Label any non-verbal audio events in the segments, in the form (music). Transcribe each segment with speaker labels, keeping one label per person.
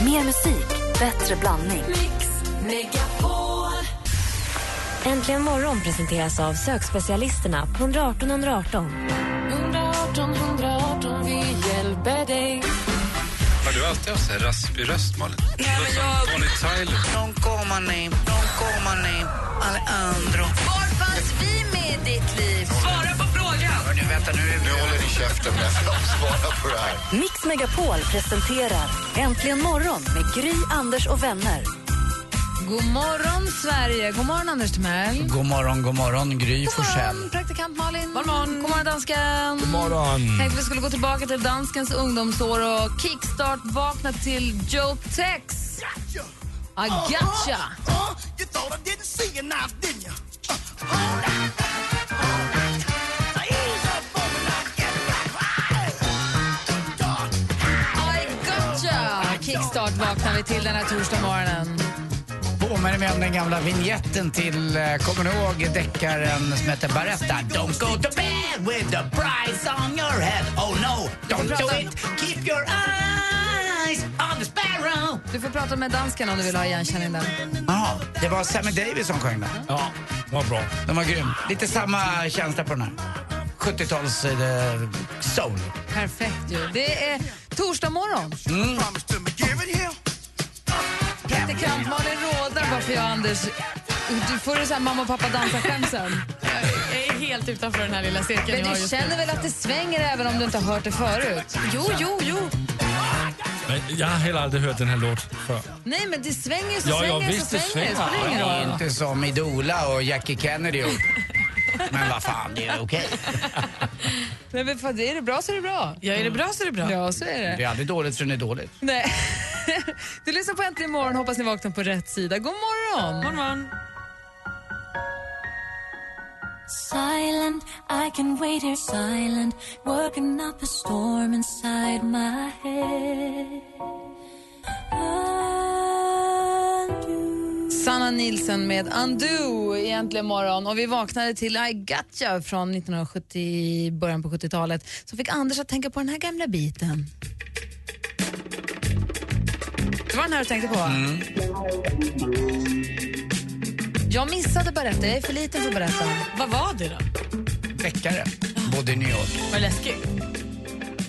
Speaker 1: Mer musik, bättre blandning.
Speaker 2: Mix Megapol.
Speaker 3: Äntligen morgon presenteras av sökspecialisterna på 118 118.
Speaker 2: 118 118, vi hjälper dig.
Speaker 4: Har du alltid haft så här raspig röst, Malin?
Speaker 5: Nej, men jag-
Speaker 4: Bonnie Tyler.
Speaker 5: Non coma name, non coma name, Alejandro.
Speaker 6: Var fanns vi med i ditt liv?
Speaker 5: Svara på frågan! Hörni, vänta nu. är det-
Speaker 7: Nu håller ni käften med svara på det här.
Speaker 1: Mix Megapol presenterar Äntligen morgon med Gry, Anders och vänner.
Speaker 6: God morgon, Sverige. God morgon, Anders Timell. God
Speaker 8: God morgon, god morgon, Gry Forssell.
Speaker 6: morgon, praktikant Malin. God morgon, god morgon dansken.
Speaker 9: God morgon.
Speaker 6: Tänkte vi skulle gå tillbaka till danskens ungdomsår och kickstart-vakna till Joe Tex. I gotcha!
Speaker 9: Ah, Ah,
Speaker 6: I gotcha! Kickstart vaknar vi till den här torsdagsmorgonen.
Speaker 8: Påminner mig om den gamla vignetten till, eh, kommer ni ihåg deckaren som hette Baretta? Don't go to bed with the price on your head Oh no, don't do it Keep your eyes on the sparrow
Speaker 6: Du får prata med dansken om du vill ha igenkänning där.
Speaker 8: Ja, det var Sammy Davis som sjöng den.
Speaker 9: Ja, vad bra.
Speaker 8: Den var grym. Lite samma känsla på den här. 70-tals eh, soul.
Speaker 6: Perfekt ju. Det är torsdag morgon.
Speaker 8: Mm.
Speaker 6: Praktikant Malin rådar varför jag och Anders... Du får det så här mamma och pappa dansar skämt sen.
Speaker 10: Jag är helt utanför den här lilla cirkeln jag
Speaker 6: Men
Speaker 10: har
Speaker 6: du
Speaker 10: just nu.
Speaker 6: känner väl att det svänger även om du inte har hört det förut?
Speaker 10: Jo, jo, jo.
Speaker 9: Men jag har heller aldrig hört den här låt förr.
Speaker 6: Nej, men det svänger så
Speaker 9: Ja,
Speaker 6: svänger
Speaker 9: ja,
Speaker 6: så
Speaker 9: visst, det
Speaker 6: svänger. Det
Speaker 9: svänger.
Speaker 6: spelar ingen
Speaker 9: Ja,
Speaker 6: roll.
Speaker 8: Inte som Idola och Jackie Kennedy. och- Men vad fan, det är okej.
Speaker 6: Nej, men fan, är det bra så är det bra.
Speaker 10: Ja, är det bra så är det bra.
Speaker 6: Ja, så är det.
Speaker 8: Det är aldrig dåligt förrän det är dåligt.
Speaker 6: Nej. (laughs) Du lyssnar på Äntligen morgon, hoppas ni vaknar på rätt sida. God morgon!
Speaker 10: Morgon, morgon.
Speaker 2: Silent, I can wait here silent Working up a storm inside my head
Speaker 6: Sanna Nilsen med Undo i Äntligen morgon. Och vi vaknade till I gotcha från 1970, början på 70-talet som fick Anders att tänka på den här gamla biten. Det var den här du tänkte på? va?
Speaker 10: Mm.
Speaker 6: Jag missade Baretta, jag är för liten för att berätta.
Speaker 10: Vad var det då?
Speaker 8: Deckare. Bodde i New York.
Speaker 10: Var det läskigt?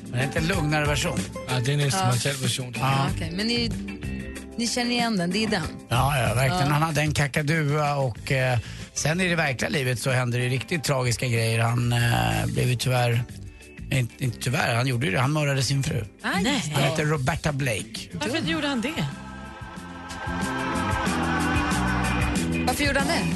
Speaker 8: Men det är inte en lugnare version.
Speaker 9: Ja, det är en instrumentell version.
Speaker 6: Ja, okej. Men ni, ni känner igen den, det är den.
Speaker 8: Ja, ja verkligen. Han hade en kakadua och eh, sen i det verkliga livet så hände det riktigt tragiska grejer. Han eh, blev ju tyvärr, inte, inte tyvärr, han gjorde ju det. Han mördade sin fru.
Speaker 10: Nej.
Speaker 8: Hon hette Roberta Blake.
Speaker 10: Varför gjorde han det?
Speaker 6: Varför gjorde han det?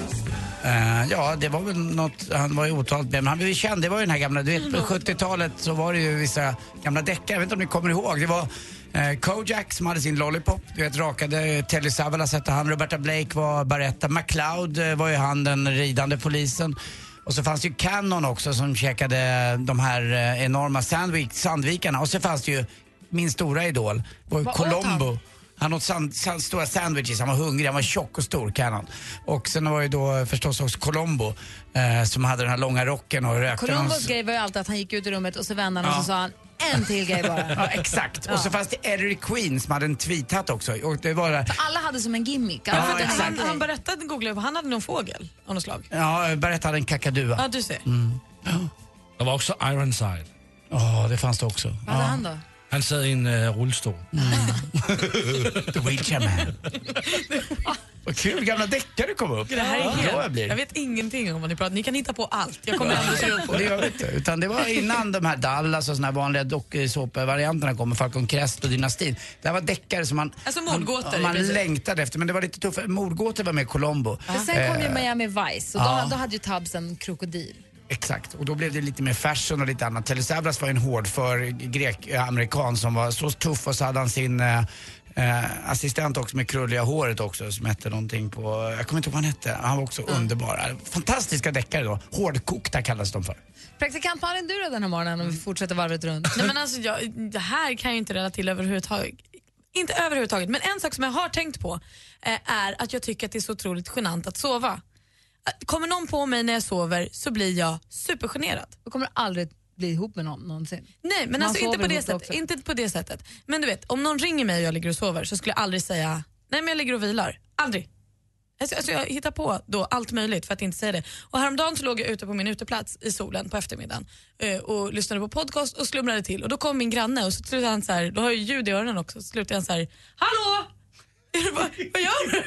Speaker 8: Eh, ja, det var väl något han var ju otalt med. Men han blev ju känd. Det var ju den här gamla, du
Speaker 6: Mm.
Speaker 8: vet på 70-talet så var det ju vissa gamla deckare. Jag vet inte om ni kommer ihåg. Det var eh, Kojak som hade sin Lollipop. Du vet rakade eh, Telly Savalas hette han. Roberta Blake var Baretta. McLeod eh, var ju han den ridande polisen. Och så fanns det ju Cannon också som käkade de här eh, enorma sandwich, sandvikarna. Och så fanns det ju min stora idol, var ju
Speaker 6: Vad åt
Speaker 8: Colombo. Han åt sand, sand, stora sandwiches, han var hungrig, han var tjock och stor kan han. Och sen var ju då förstås också Colombo eh, som hade den här långa rocken och rökte. någon-
Speaker 6: Columbus grej var ju alltid att han gick ut ur rummet och så vände han och så sa han en till grej bara.
Speaker 8: (laughs) Ja, exakt. Och så fanns det Eddie Queen som hade en tweethatt också. Och det var
Speaker 6: Alla hade som en gimmick.
Speaker 8: Ja,
Speaker 6: Alla hade en
Speaker 8: exakt.
Speaker 10: Han,
Speaker 6: grej.
Speaker 10: han berättade, googlade, han hade någon fågel av något slag.
Speaker 8: Ja, Barrett hade en kakadua.
Speaker 10: Ja,
Speaker 8: Ja,
Speaker 10: du ser.
Speaker 9: Det var också Ironside.
Speaker 8: det fanns det också.
Speaker 6: Vad hade han då?
Speaker 9: Han satt i en eh, rullstol.
Speaker 8: The Wheelchair
Speaker 10: (laughs)
Speaker 8: Man. Vad kul, gamla deckare kom upp.
Speaker 10: Det här är helt...
Speaker 8: Glad jag blir.
Speaker 10: Jag vet ingenting om vad ni pratar Ni kan hitta på allt. Jag kommer ändå se upp på
Speaker 8: Och det
Speaker 10: det.
Speaker 8: gör vi inte. Utan det var innan de här Dallas och såna här vanliga dokusåpavarianterna kom, Falcon Crest och Dynastin. Det här var deckare som man,
Speaker 10: Alltså mordgåtor
Speaker 8: man,
Speaker 10: i
Speaker 8: man
Speaker 10: princip.
Speaker 8: längtade efter. Men det var lite tuffare. Mordgåtor var med i Colombo. Eh,
Speaker 6: För sen kom ju Miami Vice och då,
Speaker 8: ja.
Speaker 6: då hade ju Tubbs en krokodil.
Speaker 8: Exakt. Och då blev det lite mer fashion och lite annat. Telesabras var ju en hård för grek-amerikan som var så tuff och så hade han sin eh, eh, assistent också med krulliga håret också som hette någonting på, jag kommer inte ihåg vad han hette. Han var också underbar. Fantastiska deckare då. Hårdkokta kallades de för.
Speaker 6: Praktikant Malin, du då den här morgonen om vi fortsätter varvet runt?
Speaker 10: Nej, men alltså, jag, det här kan jag inte relatera till överhuvudtaget. Inte överhuvudtaget, men en sak som jag har tänkt på eh, är att jag tycker att det är så otroligt genant att sova. Att Kommer någon på mig när jag sover så blir jag supergenerad.
Speaker 6: Då kommer du aldrig bli ihop med någon någonsin.
Speaker 10: Nej, men
Speaker 6: Man
Speaker 10: alltså inte
Speaker 6: sover
Speaker 10: på, det
Speaker 6: ihop
Speaker 10: sättet,
Speaker 6: också.
Speaker 10: inte på det sättet. Men du vet, om någon ringer mig och jag ligger och sover så skulle jag aldrig säga nej men jag ligger och vilar. Aldrig. Alltså, alltså jag hittar på då allt möjligt för att inte säga det. Och häromdagen så låg jag ute på min uteplats i solen på eftermiddagen eh, och lyssnade på podcast och slumrade till och då kom min granne och så slutade han så här, då har jag ju ljud i öronen också, så slutade han så här, hallå! Jag bara, Vad gör du?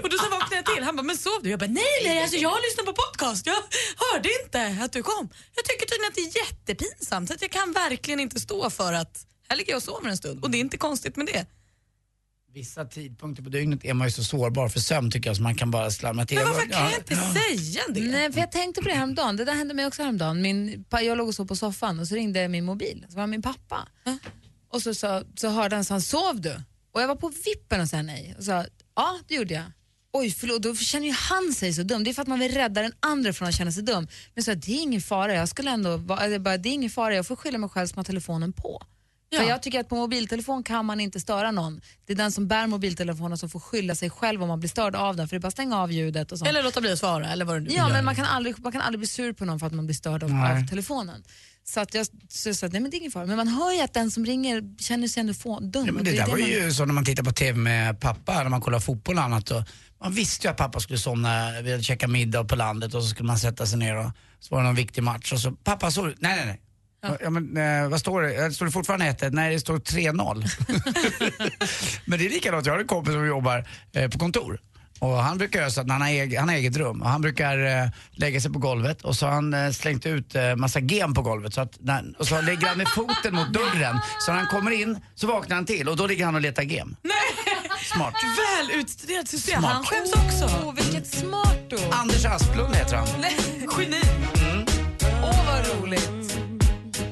Speaker 10: Och då så vaknade jag till. Han bara, men sov du? Jag bara, nej nej, alltså jag lyssnar på podcast. Jag hörde inte att du kom. Jag tycker tydligen att det är jättepinsamt. Att jag kan verkligen inte stå för att här ligger jag och sover en stund. Och det är inte konstigt med det.
Speaker 8: Vissa tidpunkter på dygnet är man ju så sårbar för sömn tycker jag så man kan bara slamma till.
Speaker 10: Men varför kan
Speaker 8: Ja.
Speaker 10: jag inte säga det?
Speaker 6: Nej, för jag tänkte på det häromdagen. Det där hände mig också häromdagen. Min, pa- jag låg och sov på soffan och så ringde min mobil. Så var det min pappa. Och så, så, så hörde han, så han sov du? Och jag var på vippen och sa nej. Och sa, ja det gjorde jag. Oj, förlåt, då känner ju han sig så dum. Det är för att man vill rädda den andra från att känna sig dum. Men så det är ingen fara, jag skulle ändå vara, eller bara, det är ingen fara, jag får skylla mig själv som har telefonen på. För jag tycker att på mobiltelefon kan man inte störa någon. Det är den som bär mobiltelefonen som får skylla sig själv om man blir störd av den, för det är bara att stänga av ljudet och sånt.
Speaker 10: Eller låta bli att svara eller vad det nu
Speaker 6: Ja, men man kan, aldrig, man kan aldrig bli sur på någon för att man blir störd av,
Speaker 8: Nej.
Speaker 6: av telefonen. Så att jag så, så att, nej men det är ingen fara. Men man hör ju att den som ringer känner sig ändå få, dum.
Speaker 8: Ja, men
Speaker 6: Och
Speaker 8: det
Speaker 6: är
Speaker 8: där var
Speaker 6: man-
Speaker 8: ju så när man tittar på TV med pappa, när man kollar fotboll och annat. Och man visste ju att pappa skulle somna, vi hade käkat middag på landet och så skulle man sätta sig ner och så var det någon viktig match och så, pappa såg du? Nej, nej, nej. Ja. men, eh, vad står det? Eh, Står det fortfarande 1 Nej, det står 3-0. (laughs) men det är likadant, jag har en kompis som jobbar eh, på kontor. Och han brukar göra så att när han har, eget, han har eget rum och han brukar eh, lägga sig på golvet och så har han eh, slängt ut eh, massa gem på golvet så att när, och så lägger han med foten mot dörren så när han kommer in så vaknar han till och då ligger han och letar gem. Smart.
Speaker 10: Väl utstuderat system.
Speaker 8: Smart.
Speaker 10: Han skäms också.
Speaker 6: Åh, vilket smart då.
Speaker 8: Anders Asplund heter han.
Speaker 10: Geni.
Speaker 6: Åh, vad roligt.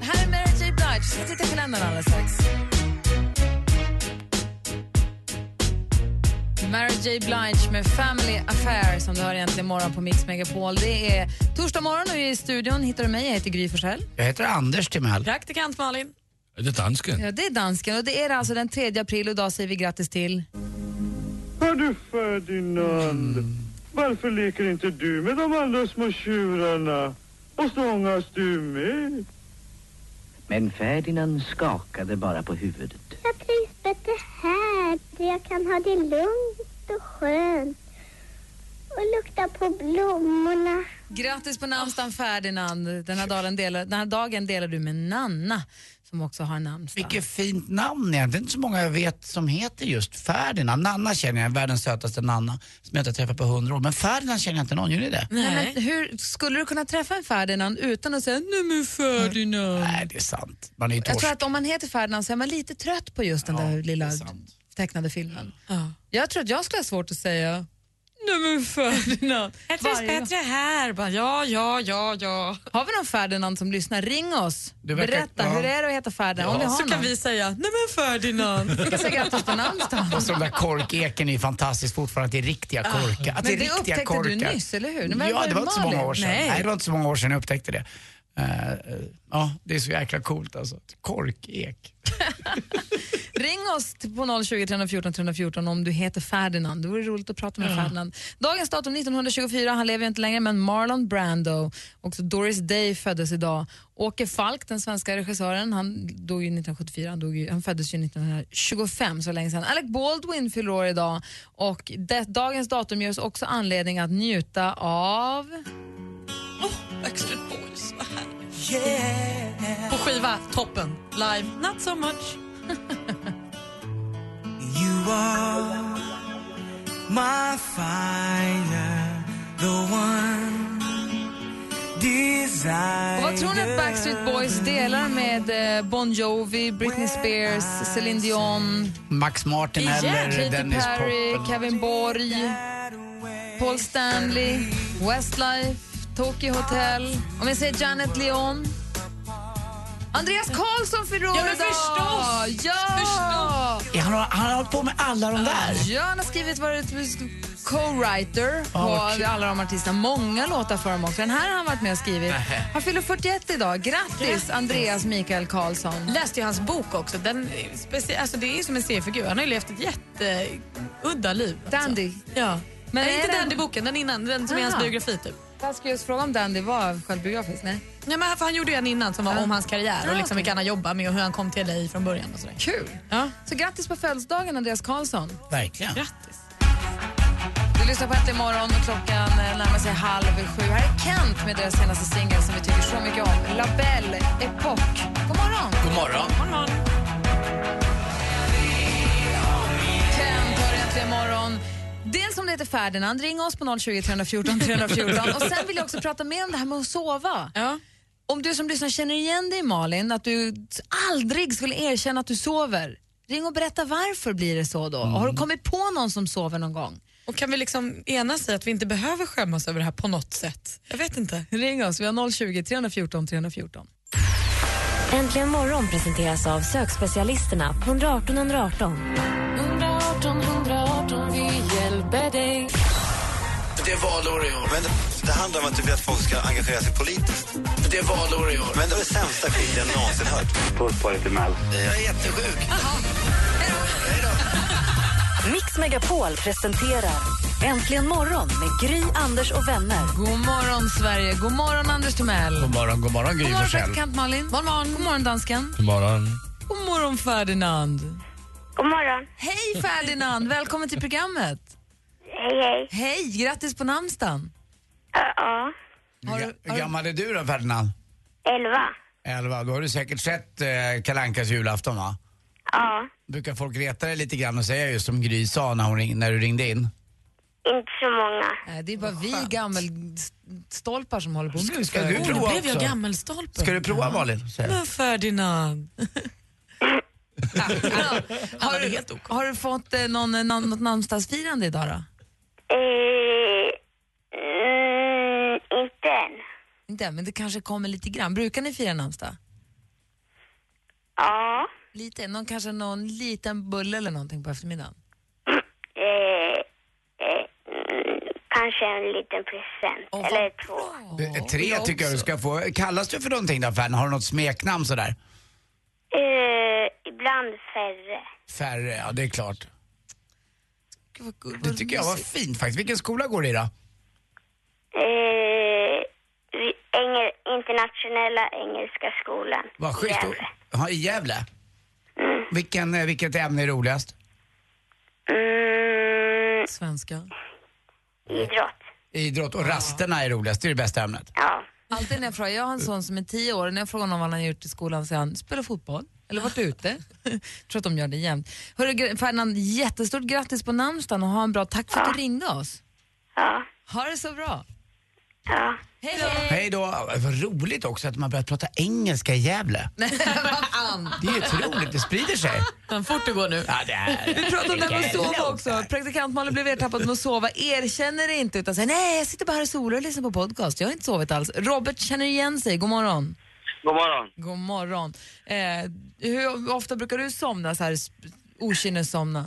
Speaker 6: Här är Mary J. Blige. Vi ska titta på kalendern alldeles strax. Mary J. Blige med Family Affair som du hör egentligen imorgon på Mix Megapol. Det är torsdag morgon och i studion hittar du mig. Jag heter Gry Forssell.
Speaker 8: Jag heter Anders Timell.
Speaker 10: Praktikant Malin.
Speaker 9: Är det dansken?
Speaker 6: Ja, det är dansken och det är alltså den 3 april och idag säger vi grattis till...
Speaker 2: Hördu Ferdinand, varför leker inte du med de andra små tjurarna? Och stångas du med?
Speaker 5: Men Ferdinand skakade bara på huvudet.
Speaker 2: Jag trivs bättre här, där jag kan ha det lugnt och skönt. Och lukta på blommorna.
Speaker 6: Grattis på namnsdagen Ferdinand. Den här, dagen delar, den här dagen delar du med Nanna som också har namnsdag.
Speaker 8: Vilket fint namn egentligen. Det är inte så många jag vet som heter just Ferdinand. Nanna känner jag, världens sötaste Nanna som jag inte har träffat på hundra år. Men Ferdinand känner jag inte någon, gör ni det?
Speaker 6: Nej, men hur skulle du kunna träffa en Ferdinand utan att säga nej men Ferdinand?
Speaker 8: Nej, det är sant. Man är ju
Speaker 6: Jag
Speaker 8: torsk.
Speaker 6: tror att om man heter Ferdinand så är man lite trött på just den
Speaker 8: Ja, det
Speaker 6: där
Speaker 8: är
Speaker 6: lilla
Speaker 8: sant.
Speaker 6: tecknade filmen. Jag tror att jag skulle ha svårt att säga nej men
Speaker 8: (laughs)
Speaker 6: Ferdinand.
Speaker 10: Ett visst
Speaker 6: Varje gång.
Speaker 10: bättre här. Bara, ja, ja, ja, ja.
Speaker 6: Har vi någon Ferdinand som lyssnar, ring oss.
Speaker 8: Du verkar-
Speaker 6: Berätta,
Speaker 8: ja.
Speaker 6: hur är det att heta Ferdinand? om vi har
Speaker 10: Så
Speaker 6: någon.
Speaker 10: kan vi säga, nej men Ferdinand.
Speaker 6: Vi kan säga grattis på
Speaker 8: (laughs)
Speaker 6: namnsdagen.
Speaker 8: Så den där korkeken är ju fantastisk fortfarande, att det är riktiga korkar. Att
Speaker 6: Ah. Men
Speaker 8: är
Speaker 6: det
Speaker 8: riktiga
Speaker 6: upptäckte du nyss, eller hur? Men
Speaker 8: ja,
Speaker 6: var
Speaker 8: det var inte så
Speaker 6: Malin?
Speaker 8: många år sedan. Nej.
Speaker 6: Nej.
Speaker 8: det var inte så många år sedan jag upptäckte det. Eh, eh, ja, det är så jäkla coolt alltså. Korkek.
Speaker 6: Ring oss till- på 020 314 314 om du heter Ferdinand. Det vore roligt att prata med Ferdinand. Dagens datum 1924, han lever ju inte längre, men Marlon Brando. Också Doris Day föddes idag. Åke Falk, den svenska regissören, han dog ju 1974. Han, dog ju, han föddes ju 1925, så länge sedan. Alec Baldwin fyller år idag. Och det, dagens datum ger oss också anledning att njuta av...
Speaker 10: Backstreet Boys, vad härligt. På skiva, toppen. Live, not so much.
Speaker 5: You are my fire, the one desire.
Speaker 6: Och vad tror ni att Backstreet Boys delar med eh, Bon Jovi, Britney Spears, Celine Dion,
Speaker 8: Max Martin eller
Speaker 6: Katy
Speaker 8: Dennis
Speaker 6: Perry,
Speaker 8: Poppen.
Speaker 6: Kevin Borg, Paul Stanley, Westlife, Tokyo Hotel, om jag säger Janet Leon. Andreas Karlsson fyller år
Speaker 10: Ja, men
Speaker 6: idag!
Speaker 10: förstås!
Speaker 6: Ja!
Speaker 10: Förstås!
Speaker 8: Ja, Han har, han har hållit på med alla de där.
Speaker 6: Ja, han har skrivit varit co-writer på
Speaker 8: Ja, vad kul.
Speaker 6: alla de artisterna. Många låtar för dem också. Den här har han varit med och skrivit. Han fyller 41 idag. Grattis, Andreas Mikael Karlsson.
Speaker 10: Läste ju hans bok också. Den, är specie- alltså det är ju som en seriefigur. Han har ju levt ett jätteudda liv. Alltså.
Speaker 6: Dandy.
Speaker 10: Ja.
Speaker 6: Men
Speaker 10: Nej,
Speaker 6: är
Speaker 10: inte
Speaker 6: den-
Speaker 10: Dandy-boken, den innan. Den som är hans
Speaker 6: Aha.
Speaker 10: biografi typ.
Speaker 6: Jag skulle just fråga om Dandy var självbiografisk. Nej.
Speaker 10: Nej, men för han gjorde ju en innan som var
Speaker 6: Ja.
Speaker 10: om hans karriär och
Speaker 6: Ja,
Speaker 10: liksom
Speaker 6: okej.
Speaker 10: vilka han har jobbat med och hur han kom till LA från början och sådär.
Speaker 6: Kul!
Speaker 10: Ja.
Speaker 6: Så grattis på födelsedagen Andreas Karlsson.
Speaker 8: Verkligen.
Speaker 10: Grattis.
Speaker 6: Du lyssnar på Äntligen morgon och klockan eh, närmar sig halv sju. Här är Kent med deras senaste singel som vi tycker så mycket om. La Belle Epoque. God morgon!
Speaker 11: God morgon.
Speaker 6: Kent har Äntligen morgon. Dels om det heter Ferdinand, ring oss på 020 314 314. Och sen vill jag också prata mer om det här med att sova. Om du som lyssnar känner igen dig Malin, att du aldrig skulle erkänna att du sover. Ring och berätta varför blir det så då? Har du kommit på någon som sover någon gång?
Speaker 10: Och kan vi liksom enas i att vi inte behöver skämmas över det här på något sätt? Jag vet inte.
Speaker 6: Ring oss, vi har 020 314 314.
Speaker 3: Äntligen morgon presenteras av sökspecialisterna på 118 118.
Speaker 12: Det är valår i år. Men det handlar om att du vill att folk ska engagera sig politiskt. Det är valår i år. Men det var det sämsta skit jag någonsin hört. Puss på dig till Mel. Jag är jättesjuk.
Speaker 1: Mix Megapol presenterar Äntligen morgon med Gry, Anders och vänner.
Speaker 6: God morgon Sverige, god morgon Anders Timell.
Speaker 8: God morgon, god morgon Gry
Speaker 6: God morgon
Speaker 8: Forssell.
Speaker 6: praktikant Malin. God morgon. God morgon dansken.
Speaker 9: God morgon.
Speaker 6: God morgon Ferdinand. God morgon. Hej Ferdinand, välkommen till programmet. Hej hej. Hej, grattis på namnsdagen.
Speaker 8: Ja. Hur gammal är du då, Ferdinand?
Speaker 13: Elva.
Speaker 8: Elva. Då har du säkert sett eh, Kalle Ankas julafton, va?
Speaker 13: Ja,
Speaker 8: Brukar folk reta dig lite grann och säga just som Gry sa när, hon ring, när du ringde in?
Speaker 13: inte så många.
Speaker 6: Nej, Äh, det är bara vi gammelstolpar som håller på och
Speaker 8: ska du prova
Speaker 10: nu blev jag
Speaker 8: också?
Speaker 10: gammelstolpe.
Speaker 8: Ska du prova, Malin?
Speaker 10: Men Ferdinand.
Speaker 6: Har du, har du fått eh, någon, eh, nam- något namnsdagsfirande idag då?
Speaker 13: Eh, mm, inte än.
Speaker 6: Inte än, men det kanske kommer lite grann. Brukar ni fira namnsdag?
Speaker 13: Ja,
Speaker 6: Lite, någon, kanske någon liten bulle eller någonting på eftermiddagen?
Speaker 13: eh, eh, mm, kanske en liten present. Eller två.
Speaker 8: Eh, Tre tycker jag du ska få. Kallas du för någonting då, Ferdinand? Har du något smeknamn sådär?
Speaker 13: Eh, ibland färre.
Speaker 8: Färre, ja det är klart. Det tycker jag var fint faktiskt. Vilken skola går du i då?
Speaker 13: Eh, vi- engel, internationella Engelska skolan.
Speaker 8: Vad schysst. Ja, I Gävle? Vilken, eh, vilket ämne är roligast?
Speaker 13: Mm.
Speaker 6: Svenska.
Speaker 13: Idrott.
Speaker 8: Idrott och rasterna är roligast, det är det bästa ämnet.
Speaker 6: Alltid när jag frågar, jag har en son som är tio år, när jag frågar honom vad han har gjort i skolan säger han spela fotboll eller varit
Speaker 10: (laughs)
Speaker 6: ute. jag tror att de gör det jämt. Hörru Gr- Ferdinand, jättestort grattis på namnsdagen och ha en bra, tack för att du ringde oss.
Speaker 13: Ja.
Speaker 6: Ha det så bra.
Speaker 13: Ja.
Speaker 6: Hej då.
Speaker 8: Hej då. Vad roligt också att man börjat prata engelska i Gävle. Det är ju otroligt, det sprider sig.
Speaker 10: Men fort det går nu.
Speaker 8: Ja, det är...
Speaker 6: Vi pratade om det här med att sova också. Praktikant-Malin blev ertappad med att sova, erkänner det inte utan säger nej, jag sitter bara här och solar och lyssnar på podcast. Jag har inte sovit alls. Robert känner igen sig, god morgon.
Speaker 14: God morgon.
Speaker 6: God morgon. Eh, hur ofta brukar du somna så här sp- okynnessomna?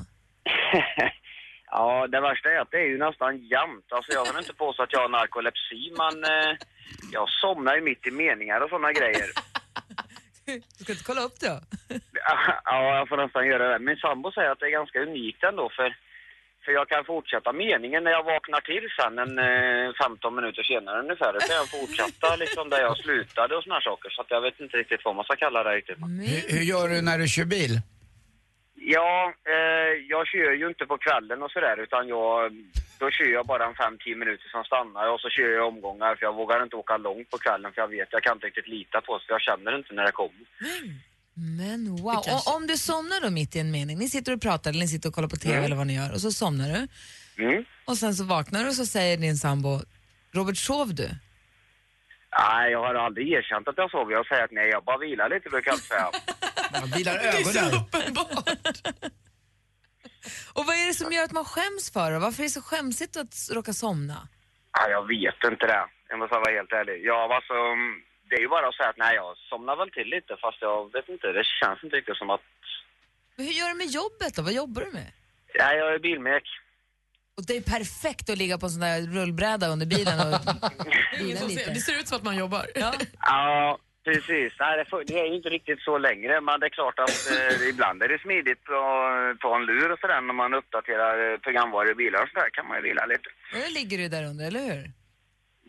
Speaker 14: Ja, det värsta är att det är ju nästan jämnt. Alltså jag vill inte påstå att jag har narkolepsi, men eh, jag somnar ju mitt i meningar och sådana grejer.
Speaker 6: Du ska inte kolla upp det?
Speaker 14: Ja, jag får nästan göra det. Min sambo säger att det är ganska unikt ändå, för, för jag kan fortsätta meningen när jag vaknar till sen en eh, 15 minuter senare ungefär. Då kan jag fortsätta liksom där jag slutade och såna här saker. Så att jag vet inte riktigt vad man ska kalla det riktigt.
Speaker 8: Hur, hur gör du när du kör
Speaker 6: (laughs)
Speaker 8: bil?
Speaker 14: Ja, eh, jag kör ju inte på kvällen och sådär utan jag, då kör jag bara en 5-10 minuter som stannar jag och så kör jag omgångar för jag vågar inte åka långt på kvällen för jag vet, jag kan inte riktigt lita på det för jag känner inte när det kommer.
Speaker 6: Men wow. Och om du somnar då mitt i en mening, ni sitter och pratar eller ni sitter och kollar på TV eller vad ni gör och så somnar du
Speaker 14: Mm.
Speaker 6: och sen så vaknar du och så säger din sambo Robert, sov du?
Speaker 14: Nej, jag har aldrig erkänt att jag sover. Jag säger att nej, jag bara vilar lite brukar jag säga.
Speaker 8: Man vilar ögonen.
Speaker 6: Och vad är det som gör att man skäms för det? Varför är det så skämsigt att s- råka somna?
Speaker 14: Nej, jag vet inte det. Jag måste vara helt ärlig. Ja, alltså, mm, det är ju bara att säga att nej, jag somnar väl till lite fast jag vet inte, det känns inte riktigt som att...
Speaker 6: Men hur gör du med jobbet då? Vad jobbar du med?
Speaker 14: Nej, jag är bilmek.
Speaker 6: Och det är perfekt att ligga på en sån där rullbräda under bilen och vila lite.
Speaker 10: Det ser ut som att man jobbar. (laughs)
Speaker 14: Ja, precis. Nej, det, får- det är ju inte riktigt så längre, men det är klart att eh, ibland är det smidigt att ta en lur och sådär när man uppdaterar eh, programvaror i bilar och sådär kan man ju vila lite.
Speaker 6: Och då ligger du där under, eller hur?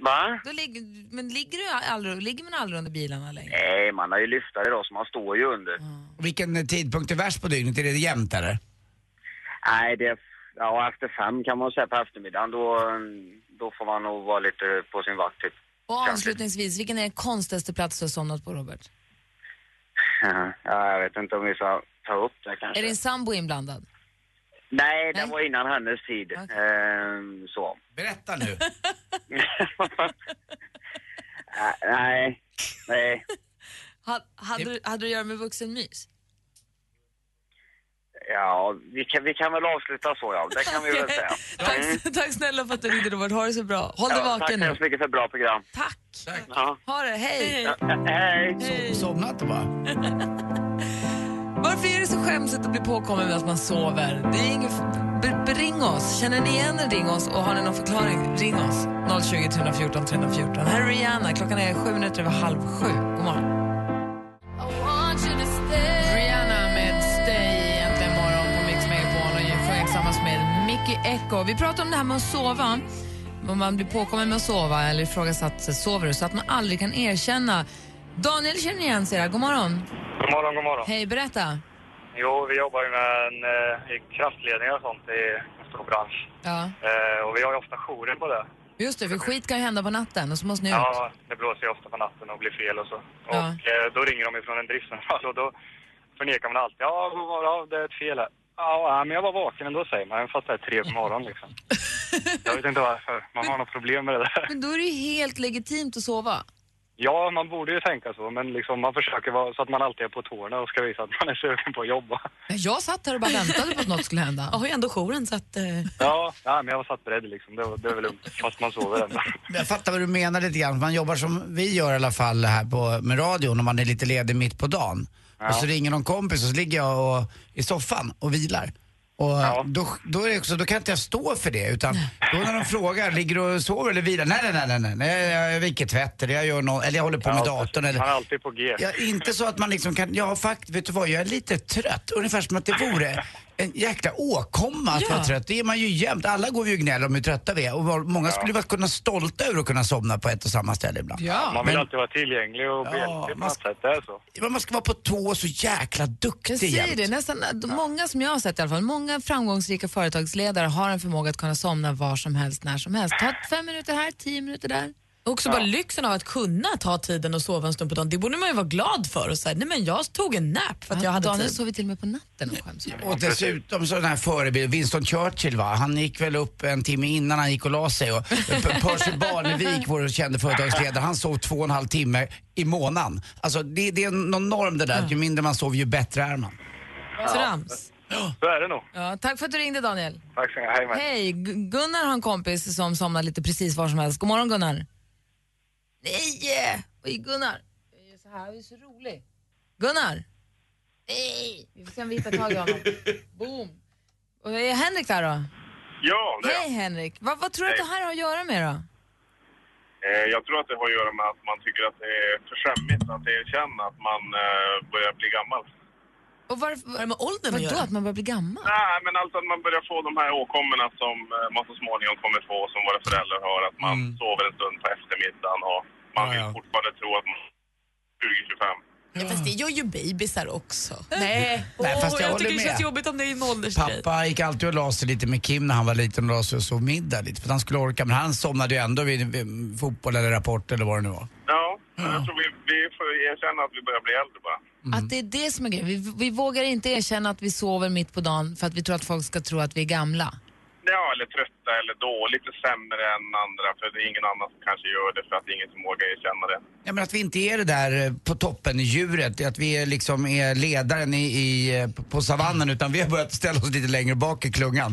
Speaker 14: Va?
Speaker 6: Då ligger, men ligger, du aldrig, ligger man aldrig under bilarna längre?
Speaker 14: Nej, man har ju lyftare då, så man står ju under.
Speaker 8: Vilken eh, tidpunkt är värst på dygnet? Är det jämnt eller?
Speaker 14: Nej, det... Ja, efter fem kan man säga på eftermiddagen. Då, då får man nog vara lite på sin vakt, typ. (laughs)
Speaker 6: Och avslutningsvis, vilken är den konstigaste plats du har somnat på Robert?
Speaker 14: Ja, jag vet inte om vi ska ta upp det kanske.
Speaker 6: Är din sambo inblandad?
Speaker 14: Nej, det var innan hennes tid. Ehm, så. (laughs)
Speaker 11: (laughs)
Speaker 8: Berätta nu.
Speaker 14: Äh, nej, nej.
Speaker 6: Ha, hade, du, hade du att göra med vuxenmys?
Speaker 14: Ja, vi kan, vi kan väl avsluta så, ja. Det kan vi väl säga. Mm.
Speaker 6: (laughs) Tack, (laughs) tack snälla för att du ringde Robert, ha det så bra. Håll dig
Speaker 14: Ja, Tack
Speaker 6: vaken
Speaker 14: så
Speaker 6: nu.
Speaker 14: hemskt mycket för ett bra program.
Speaker 6: Tack.
Speaker 14: Ja.
Speaker 6: Ha det, hej!
Speaker 14: Ja, hej.
Speaker 8: Somna inte bara.
Speaker 6: Varför är det så skämsigt att bli påkommen med att man sover? Det är ingen... b- b- Ring oss. Känner ni igen er, ring oss. Och har ni någon förklaring, ring oss. 020 314 314. Här är Rihanna. Klockan är sju minuter över halv sju. God morgon. Rihanna med Stay äntligen morgon på Mix Megapol och jag sjöng tillsammans med Mickey Echo. Vi pratar om det här med att sova. Om man blir påkommen med att sova eller ifrågasatt sig, sover du? Så att man aldrig kan erkänna. Daniel känner igen sig där. God morgon.
Speaker 11: God morgon, god morgon.
Speaker 6: Hej, berätta.
Speaker 11: Jo, vi jobbar ju med en, eh, i kraftledningar och sånt i en stor bransch.
Speaker 6: Ja.
Speaker 11: Eh, och vi har ju ofta jourer på det.
Speaker 6: Just det, för skit kan ju hända på natten och så måste ni ut.
Speaker 11: Ja, det blåser ju ofta på natten och blir fel och så.
Speaker 6: Ja.
Speaker 11: Och eh, då ringer de ifrån en driftcentral och då förnekar man alltid. Ja, god morgon, ja, det är ett fel här. Ja, ja, men jag var vaken ändå säger man, fast det är tre på morgonen liksom. Jag vet inte varför, man har något problem med det där.
Speaker 6: Men då är det ju helt legitimt att sova.
Speaker 11: Ja, man borde ju tänka så, men liksom man försöker vara så att man alltid är på tårna och ska visa att man är sugen på att jobba.
Speaker 6: Men jag satt här och bara väntade på att något skulle hända. Jag har ju ändå jouren så
Speaker 10: eh.
Speaker 6: att...
Speaker 11: Ja, nej, men jag var satt beredd liksom. Det, var- det är väl lugnt, fast man sover ändå.
Speaker 8: Men Jag fattar vad du menar lite grann. Man jobbar som vi gör i alla fall här på, med radion om man är lite ledig mitt på dagen. Och så ringer någon kompis och så ligger jag och, i soffan och vilar. Och då, då, är det också, då kan inte jag stå för det utan då när de frågar, ligger du och sover eller vilar? Nej, nej, nej, nej, nej, nej, jag viker tvätt eller jag gör något, eller jag håller på med datorn eller...
Speaker 11: Man är alltid på G.
Speaker 8: Ja, inte så att man liksom kan, ja faktiskt, vet du vad, jag är lite trött. Ungefär som att det vore en jäkla åkomma att
Speaker 15: Ja.
Speaker 8: vara trött. Det är man ju jämt. Alla går ju och gnäller om hur trötta vi är och var- många skulle vara kunna stolta över att kunna somna på ett och samma ställe ibland.
Speaker 11: Man vill alltid vara tillgänglig och
Speaker 8: Ja,
Speaker 11: behjälplig på
Speaker 8: man
Speaker 11: något sätt, det är så.
Speaker 8: Men man ska vara på tå och så jäkla duktig
Speaker 6: Jag säger det,
Speaker 8: jämt.
Speaker 6: nästan, eh, de- många som jag har sett i alla fall, många framgångsrika företagsledare har en förmåga att kunna somna var som helst, när som helst. Ta fem minuter här, tio minuter där.
Speaker 10: Också bara lyxen av att kunna ta tiden och sova en stund på dagen, det borde man ju vara glad för. Och så här, nej men jag tog en nap för att jag hade
Speaker 6: Daniel
Speaker 10: tid.
Speaker 6: sover till och med på natten och skäms.
Speaker 8: Och dessutom sådana här förebilder, Winston Churchill va, han gick väl upp en timme innan han gick och la sig och Percy Barnevik, vår kände företagsledare, han sov två och en halv timme i månaden. Alltså det, det är någon norm det där, ju mindre man sover ju bättre är man.
Speaker 6: Trams.
Speaker 11: Så är det nog.
Speaker 6: Ja, tack för att du ringde Daniel.
Speaker 11: Tack så mycket, hej med.
Speaker 6: Hej, Gu- Gunnar har en kompis som somnar lite precis var som helst. God morgon Gunnar. Nej! Oj, Gunnar. Det är så här, det är så roligt. Gunnar! Nej! Vi får se om vi hittar tag i
Speaker 10: (laughs)
Speaker 6: honom. Boom! Och är Henrik där då?
Speaker 16: Ja, det är jag.
Speaker 6: Hej Henrik! Vad, vad tror du att det här har att göra med då?
Speaker 16: Eh, Jag tror att det har att göra med att man tycker att det är för skämmigt att erkänna att man eh, börjar bli gammal.
Speaker 6: Och varför, vad är det med åldern att göra? att man börjar bli gammal?
Speaker 16: Nej, men alltså att man börjar få de här åkommorna som eh, man så småningom kommer få, som våra föräldrar har, att man sover en stund på eftermiddagen och man vill fortfarande tro att man är 20-25.
Speaker 10: Ja, fast det gör ju bebisar också.
Speaker 6: Nej,
Speaker 8: Nej, fast
Speaker 10: Åh,
Speaker 8: jag
Speaker 10: jag
Speaker 8: håller
Speaker 10: tycker det
Speaker 8: med.
Speaker 10: känns jobbigt om det är en åldersgrej.
Speaker 8: Pappa gick alltid och la sig lite med Kim när han var liten och la sig och sov middag lite för att han skulle orka. Men han somnade ju ändå vid, vid fotboll eller Rapport eller vad det nu var.
Speaker 16: Ja, men jag tror vi, vi får erkänna att vi börjar bli äldre bara.
Speaker 8: mm.
Speaker 6: Att det är det som är grejen. Vi, vi vågar inte erkänna att vi sover mitt på dagen för att vi tror att folk ska tro att vi är gamla.
Speaker 16: Ja, eller trötta eller dåligt, lite sämre än andra, för det är ingen annan som kanske gör det för att det är ingen som vågar erkänna det.
Speaker 8: Ja, men att vi inte är det där eh, på toppen i djuret, att vi är liksom är ledaren i, i, eh, på- på savannen utan vi har börjat ställa oss lite längre bak i klungan.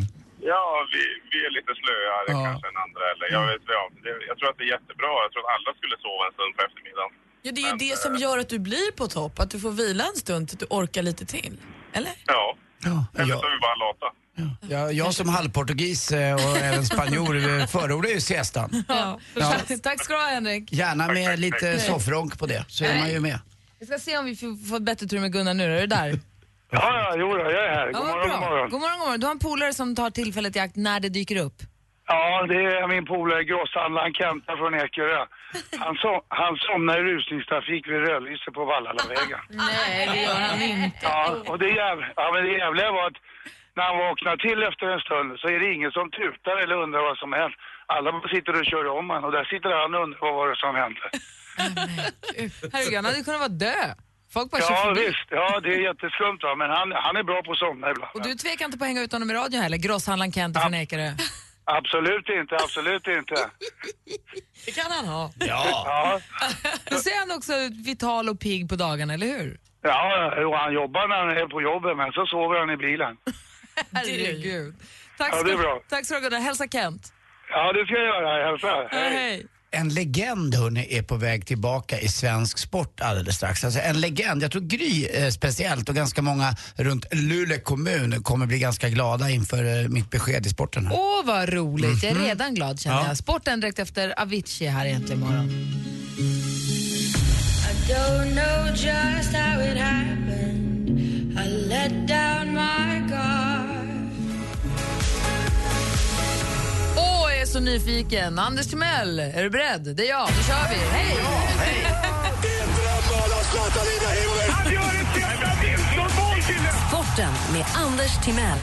Speaker 16: Ja, vi, vi är lite slöare
Speaker 8: Ja.
Speaker 16: kanske än andra. Eller, jag, vet, ja, det, jag tror att det är jättebra. Jag tror att alla skulle sova en stund på eftermiddagen. eh,
Speaker 10: Ja, det är ju det som gör att du blir på topp, att du får vila en stund så att du orkar lite till.
Speaker 16: Ja. Eller
Speaker 8: jag-
Speaker 16: så är vi bara lata.
Speaker 8: Jag, jag som halvportugis eh, och även spanjor eh, förordar ju siestan.
Speaker 6: Ja. (laughs) Tack ska du ha Henrik.
Speaker 8: Gärna med lite soffronk på det, så är man ju med.
Speaker 6: Vi ska se om vi får, får ett bättre tur med Gunnar nu. Är du
Speaker 15: (laughs)
Speaker 6: där?
Speaker 11: Ja, ja, jo, då, jag är här. God
Speaker 6: vad
Speaker 11: morgon, god
Speaker 6: bra.
Speaker 11: morgon.
Speaker 6: God morgon, god morgon. Du har en polare som tar tillfället i akt när det dyker upp.
Speaker 15: Ja, det är min polare grosshandlaren Kenta från Ekerö. Han, som, han somnade i rusningstrafik vid rödlyset på Vallallavägen.
Speaker 10: Nej, det gör han inte.
Speaker 15: Ja, och det, jäv, ja, men det jävliga var att när han vaknar till efter en stund så är det ingen som tutar eller undrar vad som hänt. Alla bara sitter och kör om han och där sitter han och undrar vad var det som hände.
Speaker 6: Herregud, han hade kunnat vara död. Folk bara kör
Speaker 15: Ja,
Speaker 6: förbi.
Speaker 15: visst. Ja, det är jätteskumt va, men han, han är bra på att somna ibland.
Speaker 6: Och du tvekar inte på att hänga ut honom i radion heller? Grosshandlaren Kent från Ekerö.
Speaker 15: Absolut inte, absolut inte.
Speaker 6: Det kan han ha.
Speaker 15: ja.
Speaker 6: (laughs) Då ser han också ut vital och pigg på dagarna, eller hur?
Speaker 15: Ja, jo, han jobbar när han är på jobbet, men så sover han i bilen.
Speaker 6: Herregud. Tack
Speaker 15: Ja,
Speaker 6: ska,
Speaker 15: det är bra.
Speaker 6: Tack ska du ha Gunnar. Hälsa Kent.
Speaker 15: Ja, det ska jag göra. Hälsa.
Speaker 6: Hej.
Speaker 8: En legend hörni, är på väg tillbaka i svensk sport alldeles strax. Alltså en legend, jag tror Gry eh, speciellt och ganska många runt Luleå kommun kommer bli ganska glada inför eh, mitt besked i sporten här.
Speaker 6: Åh, vad roligt. Jag är
Speaker 8: Mhm.
Speaker 6: redan glad känner
Speaker 8: Ja.
Speaker 6: jag. Sporten direkt efter Avicii här egentligen imorgon.
Speaker 17: I don't know just how it happened. I let down my guard.
Speaker 6: Åh, jag är så nyfiken. Anders Timell, är du beredd? Det är jag. Då kör vi. Hej!
Speaker 1: Sporten med Anders Timell.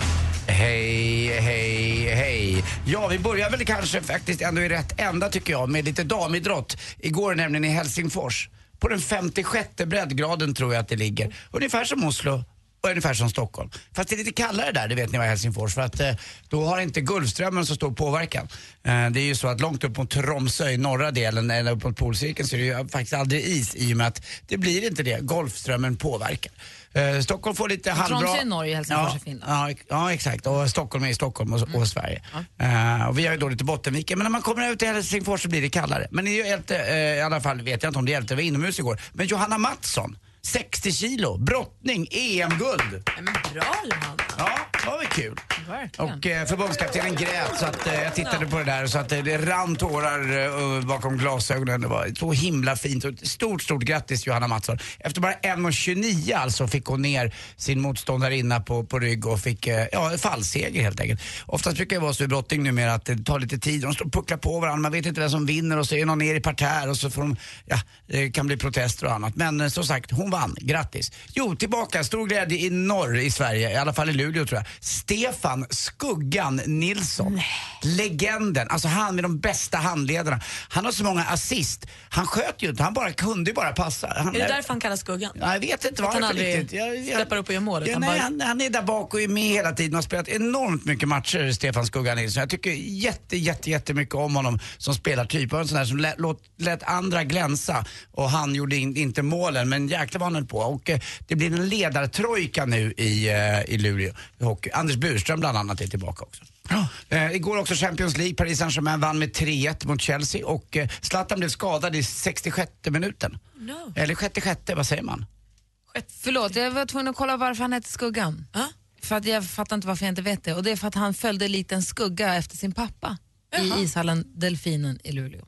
Speaker 8: Hej, hej, hej. Ja, vi börjar väl kanske faktiskt ändå i rätt ända tycker jag med lite damidrott. Igår nämligen i Helsingfors. På den 56 breddgraden tror jag att det ligger. Ungefär som Oslo och ungefär som Stockholm. Fast det är lite kallare där, det vet ni vad i Helsingfors. För att eh, då har inte Gulfströmmen så stor påverkan. Eh, det är ju så att långt upp mot Tromsö i norra delen, eller upp mot polcirkeln, så är det ju faktiskt aldrig is i och med att det blir inte det. Golfströmmen påverkar. Eh, Stockholm får lite halvbra...
Speaker 6: Tromsö är Norge, Helsingfors är
Speaker 8: Ja,
Speaker 6: Finland.
Speaker 8: Ja, ex- ja, exakt. Och Stockholm är i Stockholm och, och Sverige. Eh, och vi har ju då lite Bottenviken. Men när man kommer ut till Helsingfors så blir det kallare. Men det hjälpte, eh, i alla fall vet jag inte om det hjälpte, det var inomhus igår. Men Johanna Mattsson, 60 kilo, brottning, EM-guld.
Speaker 10: Bra Johanna.
Speaker 8: Ja, det var väl kul. Och eh, förbundskaptenen grät så att eh, jag tittade på det där så att eh, det rann tårar eh, bakom glasögonen. Det var så himla fint. Och ett Stort, stort grattis Johanna Mattsson. Efter bara 1.29 alltså fick hon ner sin motståndarinna på, på rygg och fick eh, ja, en fallseger helt enkelt. Oftast brukar det vara så i brottning numera att det tar lite tid. De står och pucklar på varandra, man vet inte vem som vinner och så är någon ner i parterre och så får de, ja, det kan bli protester och annat. Men eh, som sagt, hon vann. Grattis. Jo, tillbaka. Stor glädje i norr i Sverige, i alla fall i Luleå tror jag. Stefan Skuggan Nilsson. Legenden. Alltså han med de bästa handledarna. Han har så många assist. Han sköt ju inte, han bara kunde ju bara passa. Han,
Speaker 10: Är det därför han kallas Skuggan?
Speaker 8: Ja, jag vet inte
Speaker 10: Att han
Speaker 8: varför
Speaker 10: aldrig
Speaker 8: riktigt. Jag- jag-
Speaker 10: steppar upp och gör mål.
Speaker 8: Ja,
Speaker 10: utan
Speaker 8: nej,
Speaker 10: bara-
Speaker 8: han, han är där bak och är med hela tiden. Han har spelat enormt mycket matcher, Stefan Skuggan Nilsson. Jag tycker jätte, jätte, jättemycket om honom som spelartyp. Han var en sån där som lät, låt, lät andra glänsa och han gjorde in, inte målen, men jäklar vad han höll på. Och eh, det blir en ledartrojka nu i, eh, i Luleå i hockey. Anders Burström bland annat är tillbaka också. Eh, igår också Champions League. Paris Saint-Germain vann med 3-1 mot Chelsea och eh, Zlatan blev skadad i 66 minuten.
Speaker 6: No.
Speaker 8: Eller 66, vad säger man?
Speaker 6: Förlåt, jag var tvungen att kolla varför han hette Skuggan. För att jag fattar inte varför jag inte vet det. Och det är för att han följde en liten skugga efter sin pappa i ishallen Delfinen i Luleå.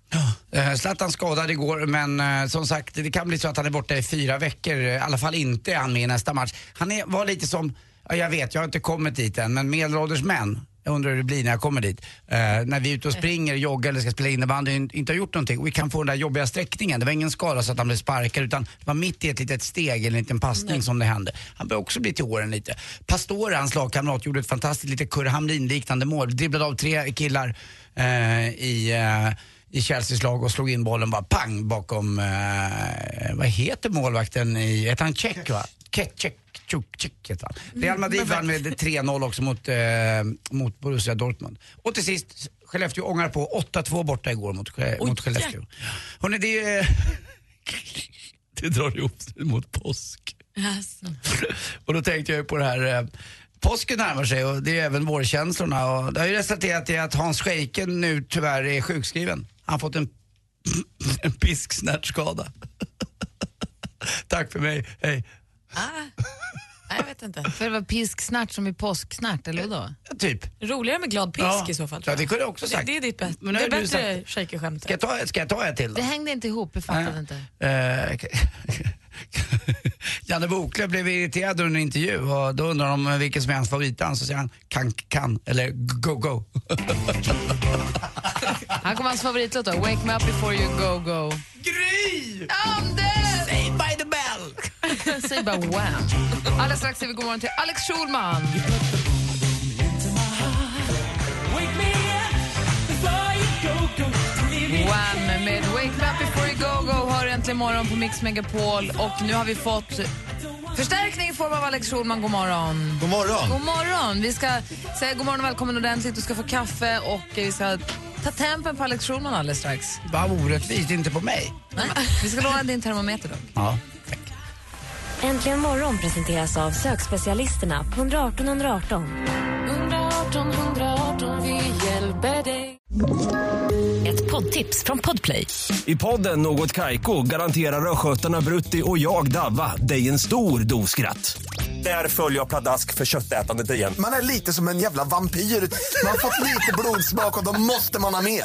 Speaker 8: Eh, Zlatan skadad igår, men eh, som sagt, det kan bli så att han är borta i fyra veckor. I alla fall inte är han med i nästa match. Han är, var lite som, ja, jag vet, jag har inte kommit dit än, men medelålders män. Jag undrar hur det blir när jag kommer dit. Eh, när vi är ute och springer, joggar eller ska spela innebandy och in- inte har gjort någonting. Och vi kan få den där jobbiga sträckningen. Det var ingen skada så att han blev sparkad utan det var mitt i ett litet steg eller en liten passning som det hände. Han börjar också bli till åren lite. Pastore, hans lagkamrat, gjorde ett fantastiskt lite Kurre Hamrin-liknande mål. Dribblade av tre killar eh, i eh, i Chelseas lag och slog in bollen bara pang bakom, eh, vad heter målvakten i, heter han Tjeck va? Tjeck, Tjeck, Tjuk, Tjeck heter han. Real Madrid vann med 3-0 också mot, eh, mot Borussia Dortmund. Och till sist, Skellefteå ångar på 8-2 borta igår mot, Ske- mot Skellefteå. Hörrni, det är... (laughs) det drar ihop sig mot påsk.
Speaker 6: Alltså,
Speaker 8: (laughs) Och då tänkte jag ju på det här, eh, påsken närmar sig och det är även vårkänslorna. Och det har ju resulterat i att Hans Scheiken nu tyvärr är sjukskriven. Han har fått en, (laughs) en pisksnärtskada. (laughs) Tack för mig, hej.
Speaker 6: Nej, jag vet inte. För det var pisksnärt som i påsksnärt, eller då?
Speaker 8: Typ.
Speaker 10: Roligare med glad pisk
Speaker 8: Ja.
Speaker 10: i så fall.
Speaker 8: Ja, det kunde jag också sagt.
Speaker 10: Det, det är ditt bästa.
Speaker 8: Men
Speaker 10: Det
Speaker 8: nu
Speaker 10: är
Speaker 8: har du
Speaker 10: bättre shaker-skämt.
Speaker 8: Ska jag ta, ska jag ta ett till då?
Speaker 6: Det hängde inte ihop, jag fattade
Speaker 8: Nej.
Speaker 6: inte.
Speaker 8: Eh, (laughs) Janne Boklöv blev irriterad under en intervju och då undrar de vilken som är hans favoritdans och så säger han kan, kan eller go, go.
Speaker 6: Här kommer hans favoritlåt då, Wake Me Up Before You Go Go.
Speaker 8: Gry!
Speaker 6: Anders!
Speaker 8: Saved by the bell!
Speaker 6: Säg bara wham. Alldeles strax säger vi god morgon till Alex Schulman. Wham med Wake Me Up Before You Go Go har äntligen morgon på Mix Megapol och nu har vi fått förstärkning i form av Alex Schulman. God morgon.
Speaker 18: God morgon.
Speaker 6: God morgon. Vi ska säga god morgon och välkommen ordentligt. Du ska få kaffe och vi ska ta tempen på Alex Schulman alldeles (laughs) strax.
Speaker 8: Vad orättvist, inte på mig.
Speaker 6: Nej, vi ska låna din termometer dock.
Speaker 8: Ja.
Speaker 3: Äntligen morgon presenteras av sökspecialisterna på 118 118.
Speaker 1: 118 118, vi hjälper dig. Ett poddtips från Podplay.
Speaker 19: I podden Något Kaiko garanterar östgötarna Brutti och jag, Davva, dig en stor dos skratt. Där följer jag pladask för köttätandet igen.
Speaker 20: Man är lite som en jävla vampyr. Man har fått lite blodsmak och då måste man ha mer.